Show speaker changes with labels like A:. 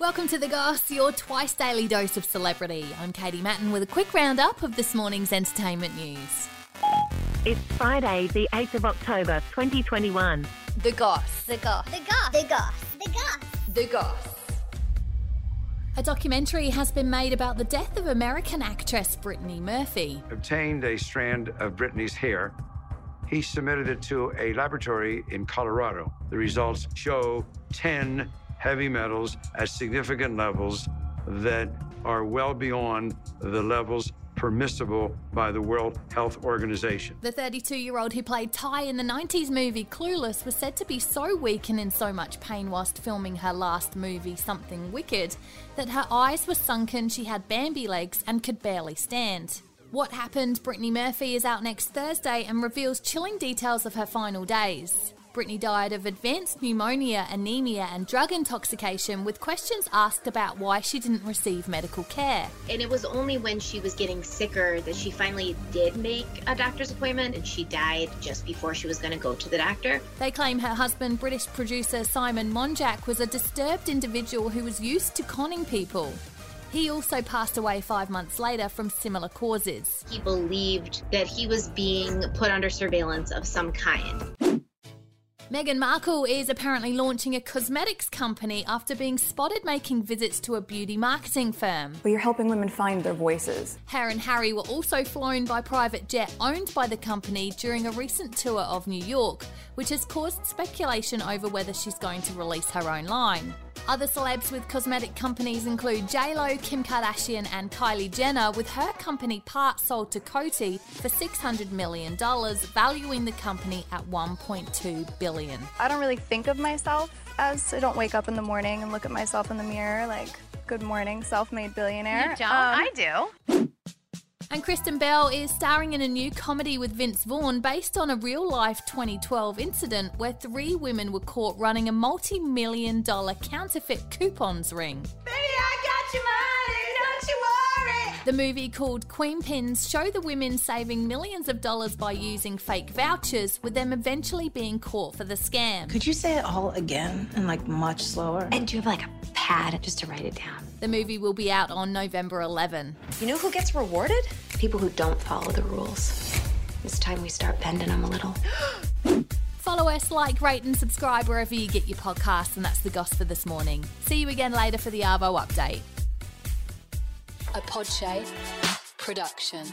A: Welcome to The Goss, your twice daily dose of celebrity. I'm Katie Matten with a quick roundup of this morning's entertainment news.
B: It's Friday, the 8th of October, 2021.
A: The Goss. The Goss.
C: The goth. The goth. The goth.
A: The Goss. A documentary has been made about the death of American actress Brittany Murphy.
D: obtained a strand of Brittany's hair. He submitted it to a laboratory in Colorado. The results show 10 heavy metals at significant levels that are well beyond the levels permissible by the World Health Organization.
A: The 32 year old who played Ty in the 90s movie Clueless was said to be so weak and in so much pain whilst filming her last movie, Something Wicked, that her eyes were sunken, she had Bambi legs, and could barely stand. What happened? Brittany Murphy is out next Thursday and reveals chilling details of her final days. Brittany died of advanced pneumonia, anemia, and drug intoxication, with questions asked about why she didn't receive medical care.
E: And it was only when she was getting sicker that she finally did make a doctor's appointment and she died just before she was going to go to the doctor.
A: They claim her husband, British producer Simon Monjack, was a disturbed individual who was used to conning people. He also passed away five months later from similar causes.
E: He believed that he was being put under surveillance of some kind.
A: Meghan Markle is apparently launching a cosmetics company after being spotted making visits to a beauty marketing firm.
F: but you're helping women find their voices.
A: Her and Harry were also flown by private jet owned by the company during a recent tour of New York, which has caused speculation over whether she's going to release her own line. Other celebs with cosmetic companies include JLo, Kim Kardashian, and Kylie Jenner, with her company part sold to Coty for $600 million, valuing the company at $1.2 billion.
G: I don't really think of myself as I don't wake up in the morning and look at myself in the mirror like good morning self-made billionaire. Um,
H: do.
A: And Kristen Bell is starring in a new comedy with Vince Vaughn based on a real life 2012 incident where three women were caught running a multi million dollar counterfeit coupons ring. The movie called Queen Pins show the women saving millions of dollars by using fake vouchers, with them eventually being caught for the scam.
I: Could you say it all again and like much slower?
H: And do you have like a pad just to write it down?
A: the movie will be out on November 11.
H: You know who gets rewarded? People who don't follow the rules. It's time we start bending them a little.
A: Follow us, like, rate, and subscribe wherever you get your podcasts, and that's the goss for this morning. See you again later for the Arvo update.
J: a Podshape production.